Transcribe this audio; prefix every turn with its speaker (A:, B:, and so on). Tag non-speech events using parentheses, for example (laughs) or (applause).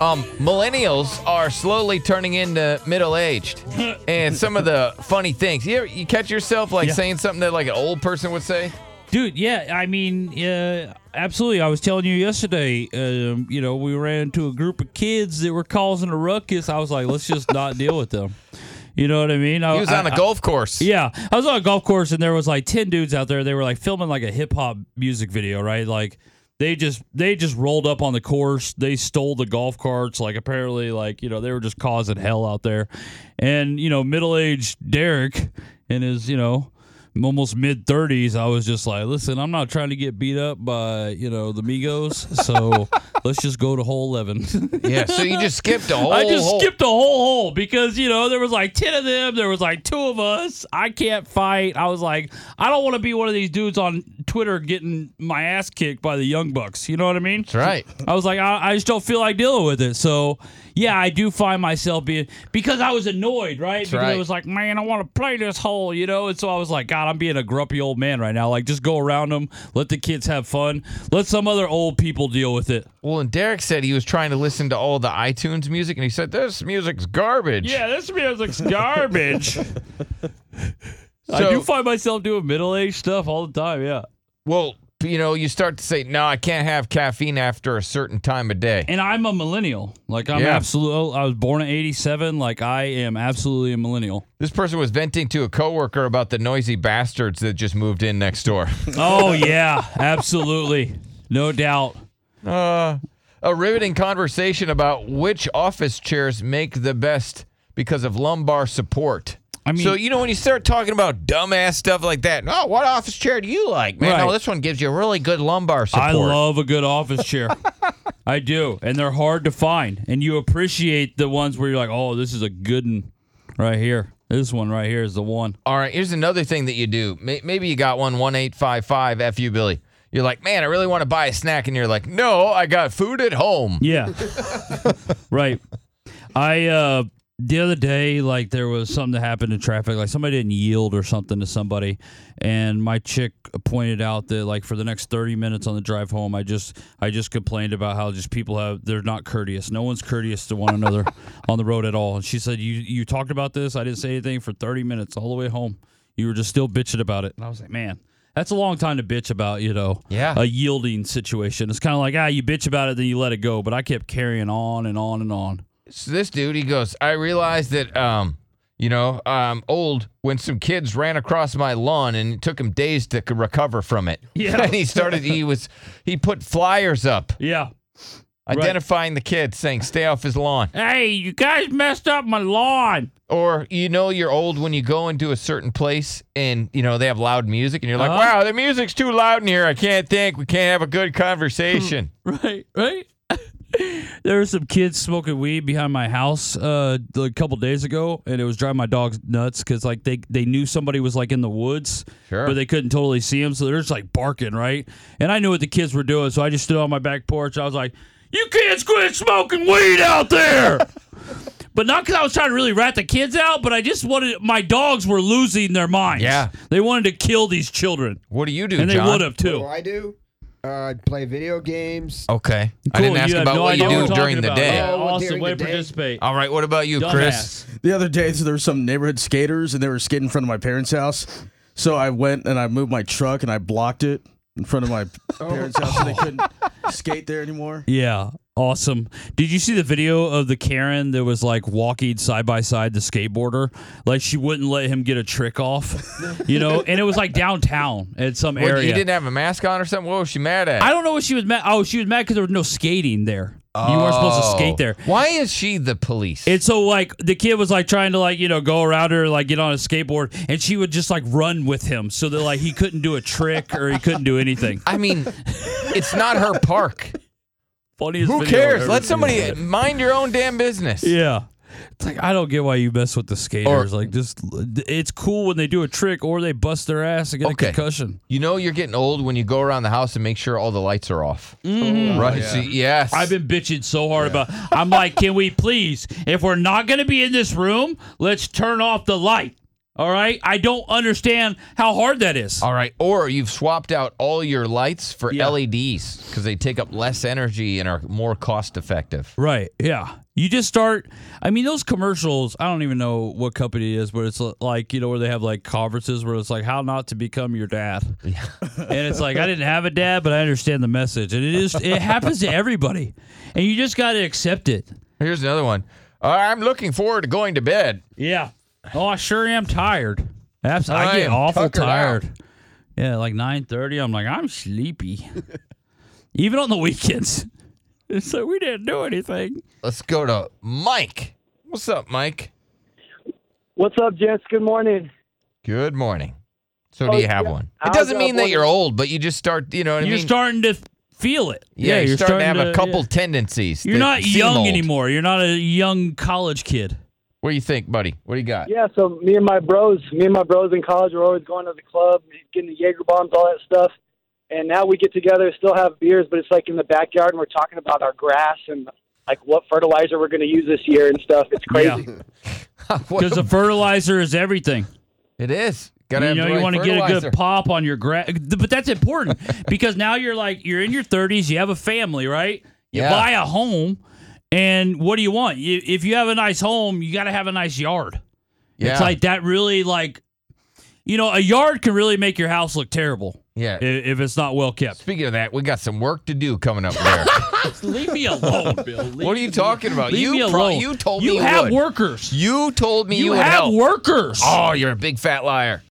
A: um, millennials are slowly turning into middle aged,
B: (laughs)
A: and some of the funny things. You, ever, you catch yourself like
B: Yeah.
A: saying something that like an old person would say.
B: Dude, yeah, I mean, uh, absolutely. I was telling you yesterday, um, you know, we ran into a group of kids that were causing a ruckus. I was like, let's just not deal with them. You know what I mean? I,
A: He was on
B: Oh, I-
A: a golf course.
B: Yeah, I was on a golf course and there was like ten dudes out there. They were like filming like a hip hop music video, right? Like they just they just rolled up on the course. They stole the golf carts. Like apparently, like you know, they were just causing hell out there. And you know, middle aged Derek in his you know almost mid thirties, I was just like, listen, I'm not trying to get beat up by you know the Migos, so let's just go to hole eleven.
A: (laughs)
B: (laughs)
A: yeah. So you just skipped a whole.
B: I just
A: hole.
B: skipped a whole hole because you know there was like ten of them. There was like two of us. I can't fight. I was like, I don't want to be one of these dudes on Twitter getting my ass kicked by the young bucks. You know what I mean?
A: That's right.
B: I was like, I, I just don't feel like dealing with it. So, yeah, I do find myself being because I was annoyed, right? because
A: right.
B: it was like, man, I want to play this hole, you know. And so I was like, God, I'm being a grumpy old man right now. Like, just go around them, let the kids have fun, let some other old people deal with it.
A: Well, and Derek said he was trying to listen to all the iTunes music, and he said this music's garbage.
B: Yeah, this music's (laughs) garbage. I
A: So-
B: do find myself doing middle aged stuff all the time, yeah.
A: Well, you know, you start to say, no, I can't have caffeine after a certain time of day.
B: And I'm a millennial. Like I'm
A: Yeah.
B: absolute oh, I was born in eighty seven. Like I am absolutely a millennial.
A: This person was venting to a coworker about the noisy bastards that just moved in next door.
B: Oh yeah, absolutely. No doubt.
A: Uh, a riveting conversation about which office chairs make the best because of lumbar support.
B: I mean-
A: so you know when you start talking about dumbass stuff like that. Oh, what office chair do you like, man?
B: Right.
A: Oh, this one gives you really good lumbar support.
B: I love a good office chair. I do. And they're hard to find. And you appreciate the ones where you're like, Oh, this is a good one right here. This one right here is the one.
A: All right, here's another thing that you do. May- Maybe you got one one eight five five fu Billy. You're like, man, I really want to buy a snack, and you're like, no, I got food at home.
B: Yeah. (laughs) right. I uh the other day like there was something that happened in traffic like somebody didn't yield or something to somebody and my chick pointed out that like for the next 30 minutes on the drive home I just I just complained about how just people have they're not courteous no one's courteous to one another on the road at all and she said you you talked about this I didn't say anything for 30 minutes all the way home you were just still bitching about it and I was like man that's a long time to bitch about, you know,
A: Yeah.
B: a yielding situation. It's kind of like, ah, you bitch about it, then you let it go. But I kept carrying on and on and on.
A: So this dude, he goes, I realized that, um, you know, I'm old when some kids ran across my lawn and it took him days to c- recover from it.
B: (laughs) Yeah.
A: and he started, he was, he put flyers up
B: Yeah.
A: identifying the kids saying, stay off his lawn.
B: Hey, you guys messed up my lawn.
A: Or you know you're old when you go into a certain place and you know they have loud music and you're like,
B: Uh-huh.
A: wow, the music's too loud in here. I can't think. We can't have a good
B: Hmm.
A: conversation.
B: Right, right. (laughs) there were some kids smoking weed behind my house uh, a couple days ago, and it was driving my dogs nuts because like they they knew somebody was like in the woods,
A: Sure.
B: but they couldn't totally see him, so they're just like barking, right? And I knew what the kids were doing, so I just stood on my back porch. I was like, "You kids quit smoking weed out there." (laughs) But not because I was trying to really rat the kids out, but I just wanted my dogs were losing their minds.
A: Yeah.
B: they wanted to kill these children,
A: what do you do,
B: and they
A: John?
B: would have too.
C: What do I do? Uh, I play video games.
A: Okay. I
B: Cool,
A: didn't ask
B: have
A: about
B: no
A: what
B: idea
A: you
B: we're
A: do during
B: talking
A: the
B: about.
A: day.
B: Yeah,
C: Oh,
B: awesome
C: during
B: way
C: the
B: to
C: day.
B: participate.
A: All right. What about you, Chris?
B: Dumbass.
D: The other day, so there were some neighborhood skaters, and they were skating in front of my parents' house. So I went and I moved my truck and I blocked it in front of my parents' house, so they couldn't skate there anymore.
B: Yeah, awesome. Did you see the video of the Karen that was like walking side by side the skateboarder? Like she wouldn't let him get a trick (laughs) off, you know? And it was like downtown at some
A: What,
B: area.
A: you didn't have a mask on or something? What was she mad at?
B: I don't know what she was mad. Oh, she was mad because there was no skating there. You weren't supposed to skate there.
A: Oh. Why is she the police?
B: And so like the kid was like trying to like, you know, go around her, like get on a skateboard, and she would just like run with him so that like he couldn't do a trick or he couldn't do anything.
A: I
B: (laughs)
A: mean, it's not her park.
B: Funniest
A: Who
B: video I've
A: cares?
B: ever
A: Let
B: seen.
A: somebody mind your own damn business.
B: Yeah. It's like I don't get why you mess with the skaters. like just it's cool when they do a trick or they bust their ass and get
A: Okay.
B: a concussion.
A: You know you're getting old when you go around the house and make sure all the lights are off.
B: Mm-hmm.
A: Right?
D: yeah.
A: So- yes.
B: Oh, I've been bitching so hard about I'm like, can we please, if we're not gonna be in this room, let's turn off the light. All right, I don't understand how hard that is.
A: All right, or you've swapped out all your lights for
B: Yeah.
A: LEDs because they take up less energy and are more cost effective.
B: Right. Yeah. You just start. I mean, those commercials. I don't even know what company it is, but it's li- like you know where they have like conferences where it's like how not to become your dad, and it's like I didn't have a dad, but I understand the message, and it is it happens to everybody, and you just got to accept it.
A: Here's another one. Uh, I'm looking forward to going to bed.
B: Yeah. Oh, I sure am tired. Abs- I,
A: I
B: get
A: am
B: awful
A: tuckered out.
B: tired. Yeah, like nine thirty. I'm like
A: (laughs)
B: I'm sleepy, even on the weekends. (laughs) It's like we didn't do anything.
A: Let's go to Mike. What's up, Mike?
E: What's up, gents? Good morning.
A: Good morning. So do you have one?
E: Oh, I
A: It doesn't
E: got
A: mean that
E: one.
A: you're old, but you just start. You know what I
B: you're
A: mean?
B: starting to feel it.
A: yeah, you're, starting, to have a couple
B: yeah.
A: tendencies.
B: You're
A: that
B: not
A: seem
B: young
A: old.
B: anymore. You're not a young college kid.
A: What do you think, buddy? What do you got?
E: Yeah, so me and my bros, me and my bros in college were always going to the club, getting the Jaeger bombs, all that stuff. And now we get together, still have beers, but it's like in the backyard, and we're talking about our grass and like what fertilizer we're going to use this year and stuff. It's crazy.
A: (laughs) What
B: Because
A: a- (laughs)
B: the fertilizer is everything.
A: it is. Gotta
B: You
A: have
B: know,
A: the
B: you
A: right
B: want to get a
A: fertilizer.
B: good pop on your grass, but
A: (laughs)
B: that's important because now you're like you're in your 30s. You have a family, right? You
A: Yeah.
B: buy a home, and what do you want? You, if you have a nice home, you got to have a nice yard.
A: Yeah,
B: It's like that really like, you know, a yard can really make your house look terrible
A: yeah.
B: i- if it's not well kept.
A: Speaking of that, we got some work to do coming up
B: (laughs)
A: there.
B: Leave me alone, Bill. Leave
A: what are you talking about?
B: Leave
A: you
B: me
A: pro-
B: alone.
A: you told
B: you
A: me
B: have
A: would.
B: workers.
A: You told me you, would
B: have
A: help.
B: workers.
A: Oh, you're a big fat liar.